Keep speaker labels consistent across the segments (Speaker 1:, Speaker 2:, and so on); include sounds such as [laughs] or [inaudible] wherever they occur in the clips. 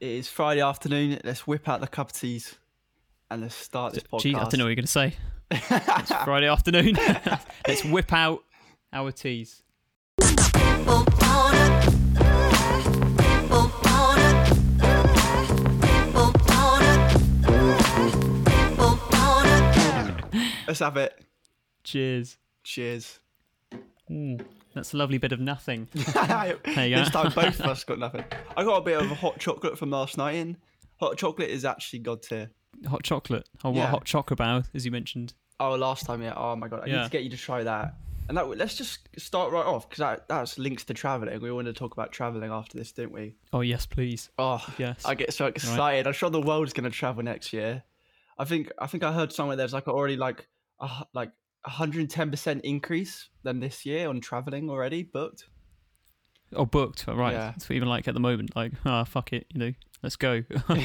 Speaker 1: It is Friday afternoon. Let's whip out the cup of teas and let's start this podcast.
Speaker 2: Gee, I don't know what you're going
Speaker 1: [laughs]
Speaker 2: to say. It's Friday afternoon. Let's whip out our teas.
Speaker 1: Let's have it.
Speaker 2: Cheers. [laughs]
Speaker 1: Cheers.
Speaker 2: Ooh, that's a lovely bit
Speaker 1: [laughs]
Speaker 2: of nothing. you go.
Speaker 1: this
Speaker 2: [laughs]
Speaker 1: time both of us got nothing. I got a bit of a hot chocolate from last night in. Hot chocolate is actually god tier.
Speaker 2: Hot chocolate. Oh,
Speaker 1: Yeah.
Speaker 2: what hot chocolate bao, as you mentioned.
Speaker 1: Oh, last time, yeah. Oh my god, I need
Speaker 2: Yeah.
Speaker 1: to get you to try that. And that let's just start right off because that that's links to traveling. We want to talk about traveling after this, don't we?
Speaker 2: Oh, yes, please.
Speaker 1: Oh,
Speaker 2: Yes.
Speaker 1: I get so excited. I'm sure the world's going to travel next year. I think I think I heard somewhere there's like already like a, hu- like 110% increase than this year on traveling already booked.
Speaker 2: Oh, booked. All Right.
Speaker 1: Yeah.
Speaker 2: That's what even like at the moment. Like, ah, fuck it. You know, let's
Speaker 1: [laughs]
Speaker 2: go. [laughs] no.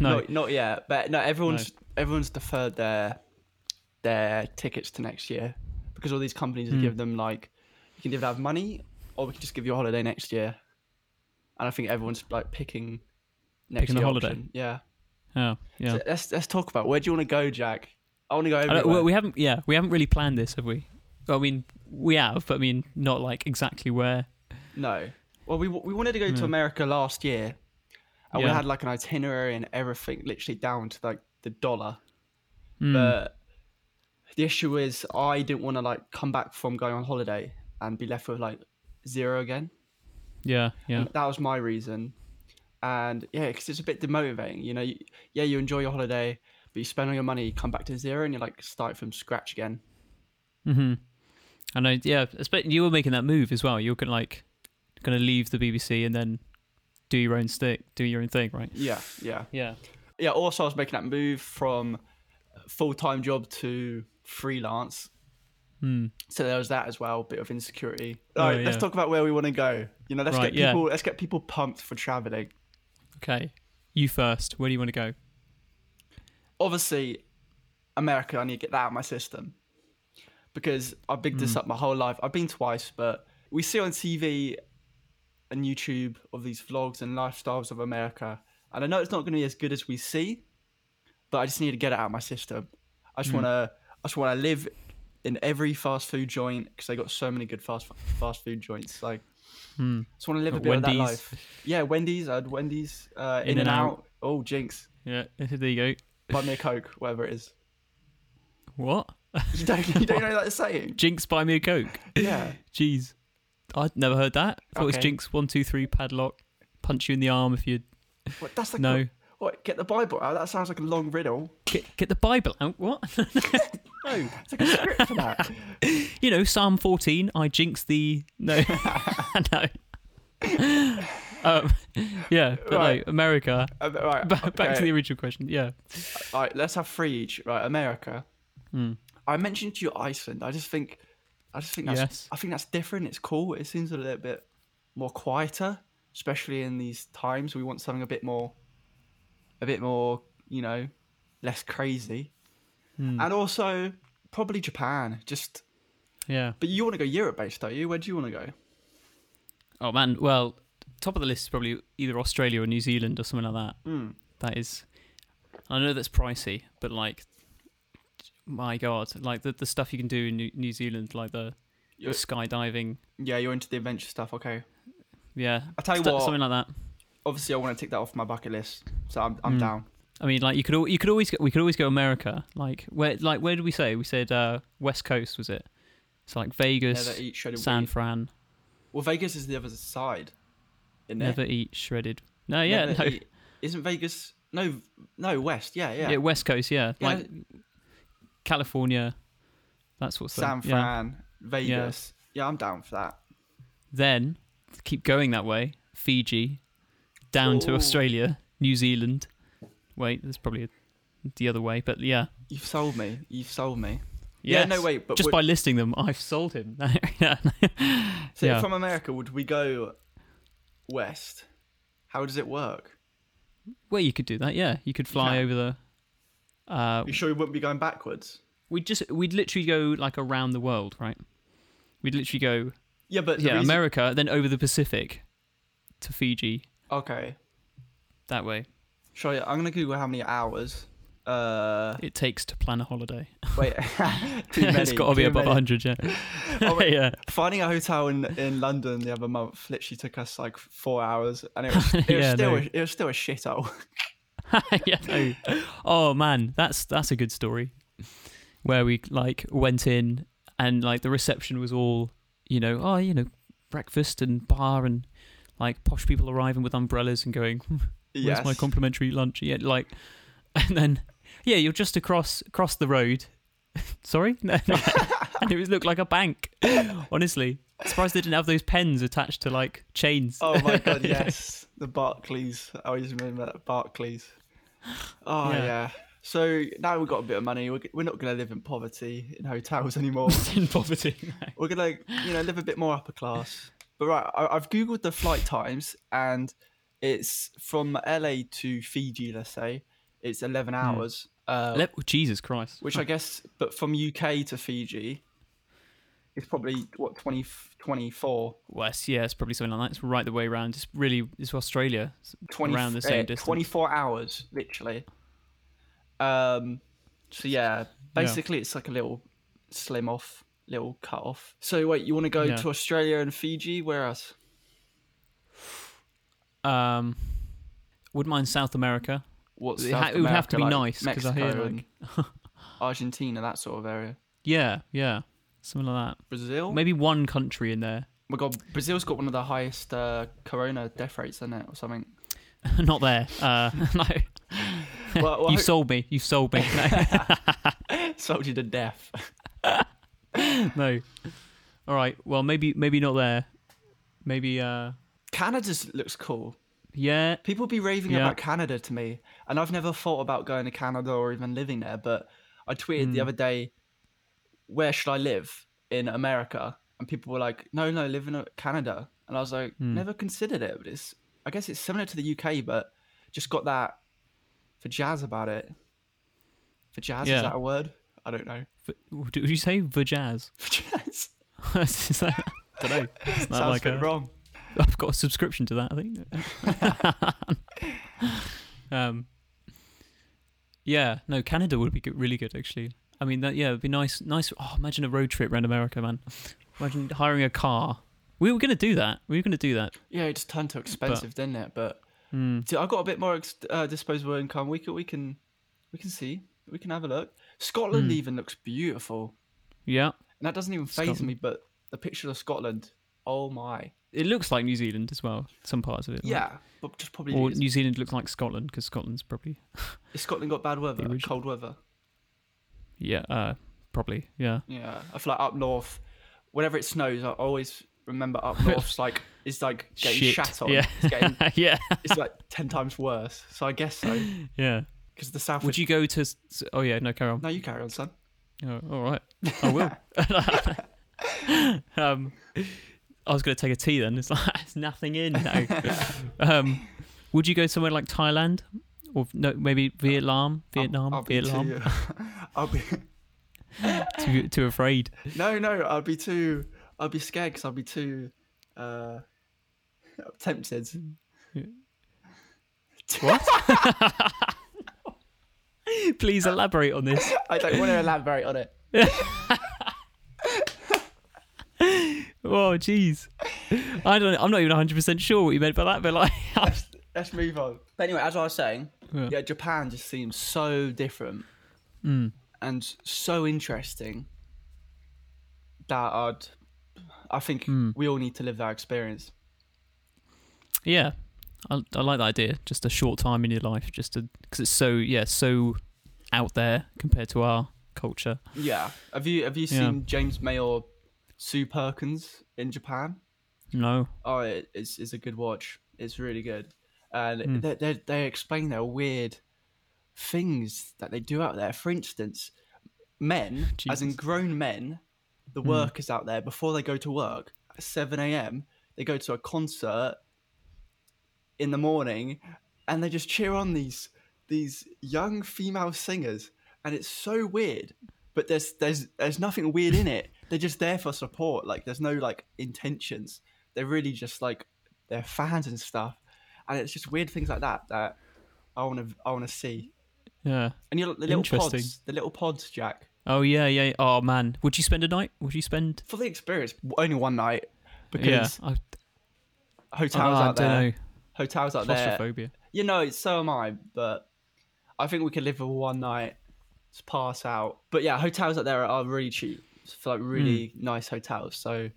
Speaker 1: Not, not yet, but no everyone's everyone's deferred their their tickets to next year because all these companies
Speaker 2: Hmm.
Speaker 1: have give them like you can either have money or we can just give you a holiday next year. And I think everyone's like picking next
Speaker 2: Picking the
Speaker 1: year
Speaker 2: holiday.
Speaker 1: option. Yeah.
Speaker 2: Yeah. Yeah.
Speaker 1: So let's let's talk about it. where do you want to go, Jack? I want to go
Speaker 2: I
Speaker 1: everywhere.
Speaker 2: don't- well, we haven't. Yeah, we haven't really planned this, have we? I mean, we have, but I mean, not like exactly where.
Speaker 1: No. Well, we we wanted to go to America last year, and we
Speaker 2: Hmm. Yeah.
Speaker 1: had like an itinerary and everything, literally down to like the dollar.
Speaker 2: Mm.
Speaker 1: But the issue is, I didn't want to like come back from going on holiday and be left with like zero again.
Speaker 2: Yeah. Yeah.
Speaker 1: And that was my reason, and yeah, because it's a bit demotivating. You know, you, yeah, you enjoy your holiday, but you spend all your money, you come back to zero, and you like start from scratch again.
Speaker 2: hmm I know. Yeah, expect you were making that move as well. You're gonna like, gonna leave the BBC and then do your own stick, do your own thing, right?
Speaker 1: Yeah, yeah.
Speaker 2: Yeah.
Speaker 1: yeah also i was making that move from full-time job to freelance
Speaker 2: Hmm.
Speaker 1: so there was that as well a bit of insecurity
Speaker 2: Oh,
Speaker 1: all right let's
Speaker 2: yeah.
Speaker 1: talk about where we want to go you know let's
Speaker 2: Right,
Speaker 1: get
Speaker 2: yeah.
Speaker 1: people let's get people pumped for traveling
Speaker 2: Okay. You first. Where do you want to go?
Speaker 1: obviously america i need to get that out of my system because i've bigged this up my whole life i've been twice but we see on tv and youtube of these vlogs and lifestyles of america and i know it's not going to be as good as we see but I just need to get it out of my system. I just want to, I just want to live in every fast food joint because they got so many good fast fast food joints. Like, just want to live a
Speaker 2: Got
Speaker 1: bit of that
Speaker 2: Wendy's.
Speaker 1: life. Yeah, Wendy's. I had Wendy's. Uh, in, and out. Oh, jinx.
Speaker 2: Yeah. There you go.
Speaker 1: Buy me a coke, whatever it is.
Speaker 2: What?
Speaker 1: [laughs] You don't, you don't know that
Speaker 2: [laughs]
Speaker 1: saying.
Speaker 2: Jinx, buy me a coke.
Speaker 1: Yeah.
Speaker 2: Jeez, I'd never heard that. I thought it was
Speaker 1: Okay.
Speaker 2: Jinx one two three padlock, punch you in the arm if you
Speaker 1: What, that's like
Speaker 2: No.
Speaker 1: [laughs] a- what? Get the Bible out. That sounds like a long riddle.
Speaker 2: get get the Bible out. What? [laughs]
Speaker 1: No, it's like a script for that.
Speaker 2: you know, Psalm 14, I jinx the. No. [laughs] no. [laughs] um, yeah, but
Speaker 1: Right.
Speaker 2: no, America.
Speaker 1: Uh, right,
Speaker 2: Ba- [laughs] Back to
Speaker 1: okay.
Speaker 2: the original question. Yeah.
Speaker 1: All right, let's have three each. Right, America.
Speaker 2: Hmm.
Speaker 1: I mentioned to you Iceland. I just think, I just think that's,
Speaker 2: Yes.
Speaker 1: I think that's different. It's cool. It seems a little bit more quieter, especially in these times. We want something a bit more, a bit more, you know, less crazy,
Speaker 2: Hmm.
Speaker 1: and also probably Japan. Just,
Speaker 2: Yeah.
Speaker 1: but you want to go Europe based, don't you? Where do you want to go?
Speaker 2: Oh, man. Well, top of the list is probably either Australia or New Zealand or something like that. That is. I know that's pricey, but like, my God, like the, the stuff you can do in New, New Zealand, like the, the
Speaker 1: Yeah.
Speaker 2: skydiving.
Speaker 1: Yeah, you're into the adventure stuff. Okay.
Speaker 2: Yeah.
Speaker 1: I tell you
Speaker 2: stu-
Speaker 1: what.
Speaker 2: Something like that.
Speaker 1: Obviously, I want to tick that off my bucket list, so I'm,
Speaker 2: Hmm.
Speaker 1: I'm down.
Speaker 2: I mean, like you could al- you could always go, we could always go America. Like where like where did we say we said uh, West Coast was it? So like Vegas,
Speaker 1: Never eat shredded
Speaker 2: San
Speaker 1: weed.
Speaker 2: Fran.
Speaker 1: Well, Vegas is the other side. Isn't it?
Speaker 2: Never eat shredded. No, yeah,
Speaker 1: Never
Speaker 2: no,
Speaker 1: eat- Isn't Vegas? No, no, West. Yeah, yeah.
Speaker 2: yeah. West Coast, yeah,
Speaker 1: Yeah.
Speaker 2: like California, that sort of thing.
Speaker 1: San
Speaker 2: yeah.
Speaker 1: Fran, Vegas. Yeah. I'm down for that.
Speaker 2: Then keep going that way, Fiji, down to
Speaker 1: Ooh.
Speaker 2: Australia, New Zealand. Wait, there's probably a, the other way, but yeah.
Speaker 1: You've sold me. You've sold me. Yeah,
Speaker 2: Yes.
Speaker 1: no, wait, but
Speaker 2: just
Speaker 1: we-
Speaker 2: by listing them, I've sold him. [laughs] yeah.
Speaker 1: So
Speaker 2: Yeah.
Speaker 1: from America, would we go West? How does it work?
Speaker 2: Well, you could do that. Yeah, you could fly
Speaker 1: can.
Speaker 2: over the. Uh,
Speaker 1: You sure you wouldn't be going backwards?
Speaker 2: we'd just we'd literally go like around the world, right? We'd literally go
Speaker 1: Yeah, but the
Speaker 2: yeah
Speaker 1: reason-
Speaker 2: America, then over the Pacific to Fiji,
Speaker 1: Okay.
Speaker 2: that way.
Speaker 1: Sorry, I'm gonna Google how many hours.
Speaker 2: [laughs]
Speaker 1: Uh,
Speaker 2: It takes to plan a holiday. [laughs]
Speaker 1: wait, [laughs] too many.
Speaker 2: it's got to be
Speaker 1: too
Speaker 2: above
Speaker 1: many.
Speaker 2: 100, yeah.
Speaker 1: [laughs] Oh, wait.
Speaker 2: [laughs] yeah.
Speaker 1: Finding a hotel in, in London the other month literally took us like four hours, and it
Speaker 2: [laughs]
Speaker 1: was, it was
Speaker 2: Yeah,
Speaker 1: still
Speaker 2: no.
Speaker 1: a, it was still a shithole. [laughs]
Speaker 2: yeah, no. Oh man, that's that's a good story. Where we like went in and like the reception was all, you know, oh, you know, breakfast and bar and like posh people arriving with umbrellas and going, "Hmm, "Where's
Speaker 1: yes.
Speaker 2: my complimentary lunch?" Yeah, like, and then yeah, you're just across across the road. [laughs] Sorry, [laughs] No, no. and it was looked like a bank. Honestly, surprised they didn't have those pens attached to like chains.
Speaker 1: oh my
Speaker 2: [laughs]
Speaker 1: god, yes, the Barclays. I always remember that
Speaker 2: [sighs]
Speaker 1: Barclays. Oh yeah.
Speaker 2: Yeah.
Speaker 1: So now we've got a bit of money. We're, g- we're not gonna live in poverty in hotels [laughs] anymore.
Speaker 2: [laughs] in poverty.
Speaker 1: we're gonna you know live a bit more upper class. But right, I, I've googled the flight times, and it's from LA to Fiji. Let's say it's
Speaker 2: Hmm.
Speaker 1: eleven hours. Uh,
Speaker 2: Le- oh, Jesus Christ.
Speaker 1: which I guess, but from UK to Fiji, it's probably what 20, 24,
Speaker 2: West, yeah, it's probably something like that. It's right the way around. It's really it's Australia. It's
Speaker 1: 20
Speaker 2: around the same
Speaker 1: eh,
Speaker 2: distance.
Speaker 1: 24 hours literally. Um, so yeah, basically it's like a little slim off, little cut off. So wait, you want to go
Speaker 2: Yeah.
Speaker 1: to Australia and Fiji? Where else?
Speaker 2: Um, would mind South America.
Speaker 1: What's
Speaker 2: It
Speaker 1: South
Speaker 2: ha- it would have to be
Speaker 1: America
Speaker 2: nice because I hear
Speaker 1: Mexico and
Speaker 2: like [laughs]
Speaker 1: Argentina, that sort of area.
Speaker 2: yeah, yeah, something like
Speaker 1: Brazil,
Speaker 2: that. Maybe one country in there. [laughs]
Speaker 1: my God, Brazil's got one of the highest uh, corona death rates, isn't it, or something?
Speaker 2: Not there. Uh, [laughs] no,
Speaker 1: Well, well
Speaker 2: [laughs] you sold me. You sold me.
Speaker 1: [laughs] sold you to death.
Speaker 2: No, [laughs] no. All right. Well, maybe maybe not there. Maybe uh,
Speaker 1: Canada looks cool.
Speaker 2: yeah.
Speaker 1: People be raving
Speaker 2: Yeah.
Speaker 1: about Canada to me, and I've never thought about going to Canada or even living there. But I tweeted
Speaker 2: Hmm.
Speaker 1: the other day, "Where should I live in America?" And people were like, "No, no, live in uh, Canada." And I was like,
Speaker 2: Hmm.
Speaker 1: "Never considered it, but it's I guess it's similar to the UK, but just got that for jazz about it. For jazz
Speaker 2: Yeah.
Speaker 1: is that a word? I don't know. [laughs]
Speaker 2: V- Would you say Vajaz?
Speaker 1: For
Speaker 2: [laughs]
Speaker 1: jazz
Speaker 2: Is that, I don't know. It's not
Speaker 1: sounds
Speaker 2: like
Speaker 1: a bit
Speaker 2: a-
Speaker 1: wrong.
Speaker 2: I've got a subscription to that, I think.
Speaker 1: [laughs]
Speaker 2: um, yeah, no, Canada would be good, really good actually. I mean, that yeah, it'd be nice. Nice. Oh, imagine a road trip around America, man. Imagine hiring a car. We were gonna do that. We were gonna do that.
Speaker 1: Yeah, it just turned too expensive, didn't it? But
Speaker 2: Hmm.
Speaker 1: See, I got a bit more ex- uh, disposable income. We can, we can, we can see. We can have a look.
Speaker 2: Hmm.
Speaker 1: Scotland even looks beautiful,
Speaker 2: Yeah,
Speaker 1: and that doesn't even phase
Speaker 2: Scotland.
Speaker 1: me. But the picture of Scotland, oh my,
Speaker 2: it looks like New Zealand as well. Some parts of it. like-
Speaker 1: yeah, but just probably
Speaker 2: Or
Speaker 1: is-
Speaker 2: New Zealand looks like Scotland because Scotland's probably
Speaker 1: has Scotland got bad weather,
Speaker 2: The original.
Speaker 1: cold weather.
Speaker 2: yeah, uh, probably yeah.
Speaker 1: Yeah, I feel like up north, whenever it snows, I always remember up
Speaker 2: [laughs]
Speaker 1: north's like it's like getting
Speaker 2: Shit.
Speaker 1: shat on.
Speaker 2: Yeah.
Speaker 1: It's, getting,
Speaker 2: [laughs]
Speaker 1: [laughs]
Speaker 2: yeah,
Speaker 1: it's like ten times worse. So I guess so
Speaker 2: yeah.
Speaker 1: because the south.
Speaker 2: Would you go to? s- s- Oh yeah, no, carry on.
Speaker 1: No, you carry on, son.
Speaker 2: Oh, all right. I
Speaker 1: [laughs]
Speaker 2: will. [laughs] um, I was going to take a tea then. It's like, [laughs] there's nothing
Speaker 1: [laughs]
Speaker 2: in now. um, would you go somewhere like Thailand? Or no, maybe Vietnam? Vietnam?
Speaker 1: Uh, I'll be
Speaker 2: Vietnam?
Speaker 1: too. [laughs] I'll be.
Speaker 2: Too, too afraid. [laughs]
Speaker 1: No, no, I'd be too. I'd be scared because I'd be too uh, [laughs] tempted.
Speaker 2: Please elaborate on this.
Speaker 1: [laughs] I don't want to elaborate on it.
Speaker 2: Oh, jeez. I don't. I'm not even 100 percent sure what you meant by that, but like, [laughs]
Speaker 1: Let's, let's move on. But anyway, as I was saying, yeah,
Speaker 2: Yeah. Hmm.
Speaker 1: Japan just seems so different and so interesting that I'd. I think
Speaker 2: Hmm.
Speaker 1: we all need to live that experience.
Speaker 2: yeah, I, I like that idea. Just a short time in your life, just to because it's so yeah so out there compared to our culture.
Speaker 1: Yeah. Have you Have you
Speaker 2: Yeah.
Speaker 1: seen James May or Sue Perkins in Japan?
Speaker 2: No.
Speaker 1: oh, it, it's it's a good watch. It's really good, and
Speaker 2: Hmm.
Speaker 1: they, they they explain their weird things that they do out there. For instance, men, as in
Speaker 2: Jesus. Hmm.
Speaker 1: grown men, the workers out there before they go to work at seven a.m. They go to a concert in the morning, and they just cheer on these these young female singers, and it's so weird. But there's there's there's nothing weird in it. They're just there for support. Like there's no like intentions. They're really just like they're fans and stuff. and it's just weird things like that that I want to I want to see.
Speaker 2: Yeah.
Speaker 1: And you know, the little
Speaker 2: Interesting.
Speaker 1: pods, the little pods, Jack,
Speaker 2: Oh yeah, yeah. Oh man, would you spend a night? Would you spend?
Speaker 1: for the experience, w- only one night because
Speaker 2: yeah. I, I
Speaker 1: hotels
Speaker 2: I
Speaker 1: out
Speaker 2: don't
Speaker 1: there,
Speaker 2: know.
Speaker 1: hotels out there.
Speaker 2: Claustrophobia.
Speaker 1: You know, so am I, but I think we could live with one night to pass out. But yeah, hotels out there are really cheap, for like really
Speaker 2: Hmm.
Speaker 1: nice hotels. So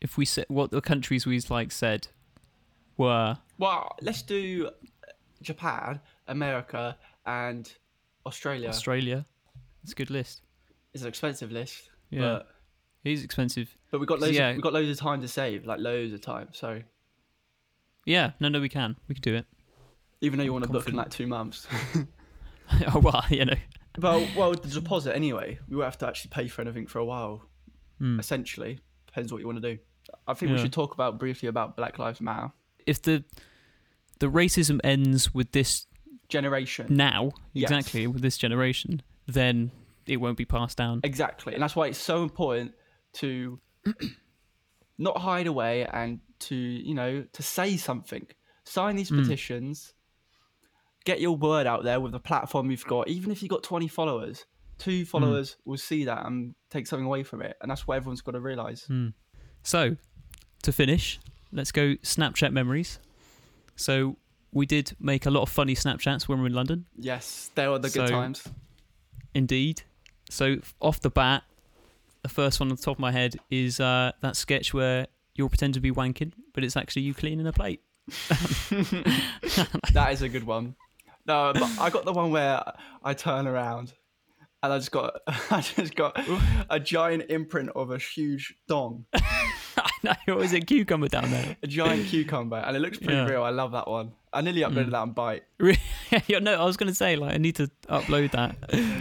Speaker 2: If we said what the countries we like said were
Speaker 1: Well, let's do Japan, America, and Australia.
Speaker 2: Australia, it's a good list.
Speaker 1: it's an expensive list,
Speaker 2: Yeah.
Speaker 1: but
Speaker 2: It is expensive.
Speaker 1: but we got loads.
Speaker 2: Yeah.
Speaker 1: Of, we got loads of time to save, like loads of time. So
Speaker 2: Yeah. No, no, we can. We can do it. [laughs]
Speaker 1: even though you want to book in
Speaker 2: Confident.
Speaker 1: like two
Speaker 2: [laughs]
Speaker 1: months,
Speaker 2: oh well, [laughs] you know.
Speaker 1: well, well, the deposit anyway. We won't have to actually pay for anything for a while.
Speaker 2: Hmm.
Speaker 1: Essentially, depends what you want to do. I think we
Speaker 2: Yeah.
Speaker 1: should talk about briefly about Black Lives Matter
Speaker 2: If the the racism ends with this
Speaker 1: generation.
Speaker 2: now,
Speaker 1: Yes.
Speaker 2: exactly with this generation, then it won't be passed down.
Speaker 1: Exactly, and that's why it's so important to [clears throat] not hide away and to you know to say something. Sign these petitions. Get your word out there with the platform you've got. Even if you've got 20 followers, two followers will see that and take something away from it. And that's what everyone's got to realize.
Speaker 2: So, to finish, let's go Snapchat memories. So, we did make a lot of funny Snapchats when we were in London,
Speaker 1: Yes, there were the good
Speaker 2: So-
Speaker 1: times.
Speaker 2: indeed. So, f- off the bat, the first one on the top of my head is uh, that sketch where you'll pretend to be wanking, but it's actually you cleaning a plate. [laughs]
Speaker 1: That is a good one. No, but I got the one where I turn around and I just got [laughs] I just got a giant imprint of a huge dong,
Speaker 2: I know, it was a cucumber down there. [laughs]
Speaker 1: a giant cucumber, and it looks pretty
Speaker 2: Yeah. Mm.
Speaker 1: real. I love that one. I nearly uploaded that on Bite.
Speaker 2: Re- [laughs] Yeah, no, I was going to say, like, I need to upload that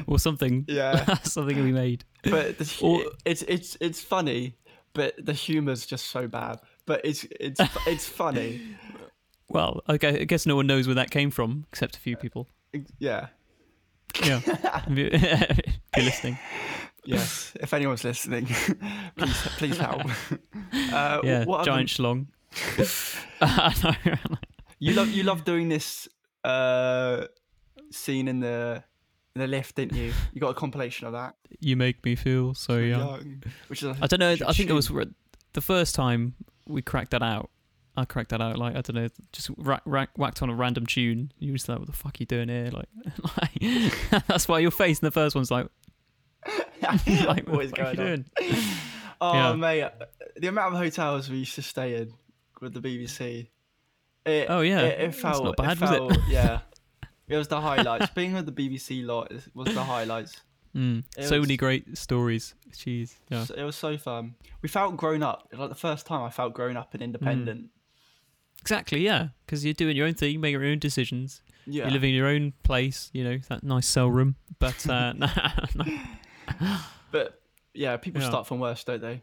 Speaker 2: or something.
Speaker 1: Yeah.
Speaker 2: [laughs] something we made.
Speaker 1: [laughs] but the, hu-
Speaker 2: Or-
Speaker 1: it's it's it's funny, but the humor's just so bad. But it's
Speaker 2: [laughs]
Speaker 1: it's it's funny.
Speaker 2: Well, okay, I guess no one knows where that came from except a few people.
Speaker 1: Yeah.
Speaker 2: Yeah. if you- [laughs] if you're listening.
Speaker 1: Yes. If anyone's listening, [laughs] please please help.
Speaker 2: [laughs]
Speaker 1: Uh,
Speaker 2: Yeah,
Speaker 1: what other-
Speaker 2: giant schlong. [laughs] I know.
Speaker 1: you love you love doing this uh, scene in the in the lift, didn't you? You got a compilation of that.
Speaker 2: you make me feel so young.
Speaker 1: Young. Which is
Speaker 2: I don't know. I think it was
Speaker 1: Cha-ching.
Speaker 2: re- the first time we cracked that out. I cracked that out. Like I don't know, just rack, rack, whacked on a random tune. You was like, "What the fuck you doing here?" Like, [laughs] like [laughs] that's why your face in the first one's
Speaker 1: [laughs]
Speaker 2: like, [laughs] like
Speaker 1: what is
Speaker 2: the fuck
Speaker 1: going
Speaker 2: you
Speaker 1: on?
Speaker 2: doing?"
Speaker 1: Oh
Speaker 2: Yeah.
Speaker 1: mate, the amount of hotels we used to stay in with the BBC. It,
Speaker 2: Oh, yeah.
Speaker 1: it, it
Speaker 2: That's
Speaker 1: felt
Speaker 2: not bad,
Speaker 1: it
Speaker 2: was it?
Speaker 1: felt,
Speaker 2: [laughs]
Speaker 1: Yeah, it was the highlights. Being with the BBC lot is- was the highlights.
Speaker 2: Mm.
Speaker 1: It
Speaker 2: So
Speaker 1: was-
Speaker 2: many great stories. Jeez, yeah.
Speaker 1: So- it was so fun. We felt grown up. Like the first time I felt grown up and
Speaker 2: Mm.
Speaker 1: independent.
Speaker 2: exactly, yeah. Because you're doing your own thing, making your own decisions.
Speaker 1: Yeah,
Speaker 2: You're living in your own place. You know that nice cell room. But uh, [laughs]
Speaker 1: but yeah, people
Speaker 2: Yeah.
Speaker 1: start from worse, don't they?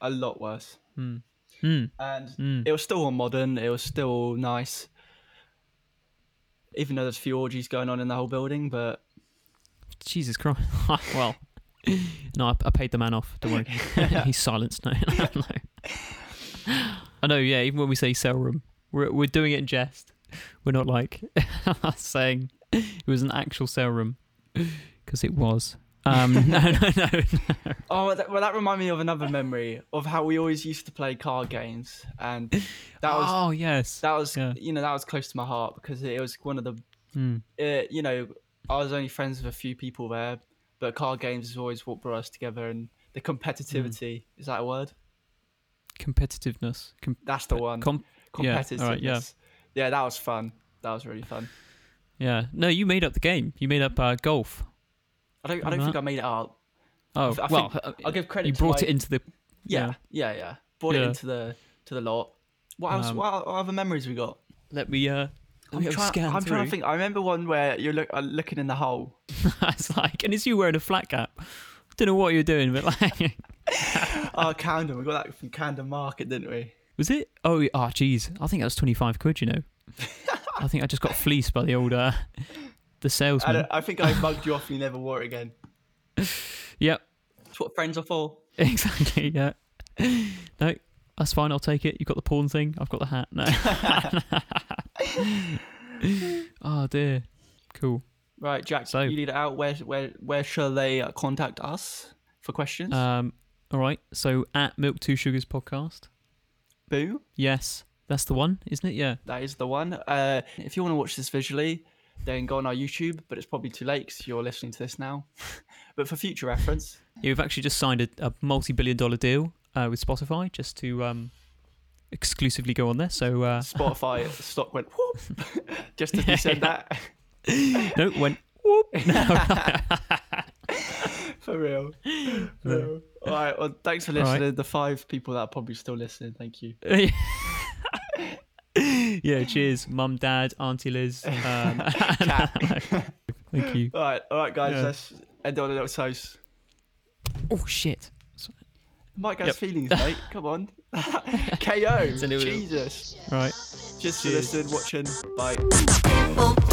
Speaker 1: A lot worse.
Speaker 2: Mm. Mm.
Speaker 1: And
Speaker 2: Mm.
Speaker 1: it was still all modern. It was still nice. Even though there's a few orgies going on in the whole building, but
Speaker 2: Jesus Christ. [laughs] well, no, I, I paid the man off. Don't worry.
Speaker 1: [laughs]
Speaker 2: [laughs] He's silenced. No, no, no. I know, yeah, even when we say cell room, we're, we're doing it in jest. We're not like [laughs] saying it was an actual cell room because it was. Um, [laughs] no, no, no.
Speaker 1: Oh, well, that, well, that reminded me of another memory of how we always used to play card games, and that was
Speaker 2: oh, yes.
Speaker 1: that was
Speaker 2: yeah.
Speaker 1: you know that was close to my heart because it was one of the
Speaker 2: Hmm.
Speaker 1: uh, you know I was only friends with a few people there, but card games is always what brought us together, and the
Speaker 2: Mm.
Speaker 1: competitivity is that a word?
Speaker 2: Competitiveness. Com-
Speaker 1: That's the one.
Speaker 2: com- Uh, yeah,
Speaker 1: competitiveness.
Speaker 2: all right, yeah.
Speaker 1: Yeah, that was fun. That was really fun.
Speaker 2: yeah. No, you made up the game. You made up uh, golf.
Speaker 1: I don't I don't
Speaker 2: Alright.
Speaker 1: think I made it up.
Speaker 2: Oh,
Speaker 1: I
Speaker 2: well,
Speaker 1: think-
Speaker 2: uh,
Speaker 1: I'll give credit.
Speaker 2: you
Speaker 1: to
Speaker 2: brought
Speaker 1: my-
Speaker 2: it into the.
Speaker 1: Yeah, yeah, yeah. Brought it
Speaker 2: Yeah.
Speaker 1: into the to the lot. What else?
Speaker 2: Um,
Speaker 1: what other memories we got?
Speaker 2: Let me. Uh, let
Speaker 1: I'm,
Speaker 2: me have a
Speaker 1: trying,
Speaker 2: scan
Speaker 1: I'm
Speaker 2: through.
Speaker 1: trying to think. I remember one where you're look, uh, looking in the
Speaker 2: [laughs]
Speaker 1: hole.
Speaker 2: it's like, and it's you wearing a flat cap. Don't know what you're doing, but like, [laughs]
Speaker 1: oh, Camden. We got that from Camden Market, didn't we?
Speaker 2: was it? Oh, yeah, oh, geez, I think that was twenty five quid. You know, I think I just got fleeced by the old uh,
Speaker 1: I,
Speaker 2: the salesman.
Speaker 1: don't- I think I bugged you off and you never wore it again.
Speaker 2: [laughs] Yep,
Speaker 1: That's what friends are for.
Speaker 2: [laughs] exactly. Yeah, no, that's fine. I'll take it. You have got the porn thing. I've got the hat. No, [laughs] oh dear. Cool.
Speaker 1: Right, Jack,
Speaker 2: So-
Speaker 1: you lead it out. Where where where shall they uh, contact us for questions?
Speaker 2: Um. All right. So at Milk Two Sugars podcast.
Speaker 1: Boo,
Speaker 2: Yes, that's the one, isn't it? Yeah.
Speaker 1: that is the one. Uh, if you want to watch this visually, then go on our YouTube, but it's probably too late 'cause you're listening to this now. [laughs] but for future
Speaker 2: [laughs]
Speaker 1: reference,
Speaker 2: Yeah, we've actually just signed a, a multi-billion dollar deal uh, with Spotify just to um, exclusively go on there. So uh,
Speaker 1: Spotify stock went whoop [laughs] just as we said that.
Speaker 2: no, when [laughs] whoop. No.
Speaker 1: For
Speaker 2: [laughs]
Speaker 1: real. For real. All right. Well, thanks for
Speaker 2: All right.
Speaker 1: listening. The five people that are probably still listening, thank you.
Speaker 2: yeah. Cheers, mum, dad, auntie Liz. Um, [laughs] thank you.
Speaker 1: All right. All right, guys.
Speaker 2: Yeah.
Speaker 1: Let's end on a little toast.
Speaker 2: Oh shit.
Speaker 1: Mike has
Speaker 2: Yep.
Speaker 1: feelings, mate. Come on. [laughs] KO.
Speaker 2: a little- [laughs]
Speaker 1: Jesus.
Speaker 2: Right.
Speaker 1: Just for listening, watching. Bye.
Speaker 3: boom,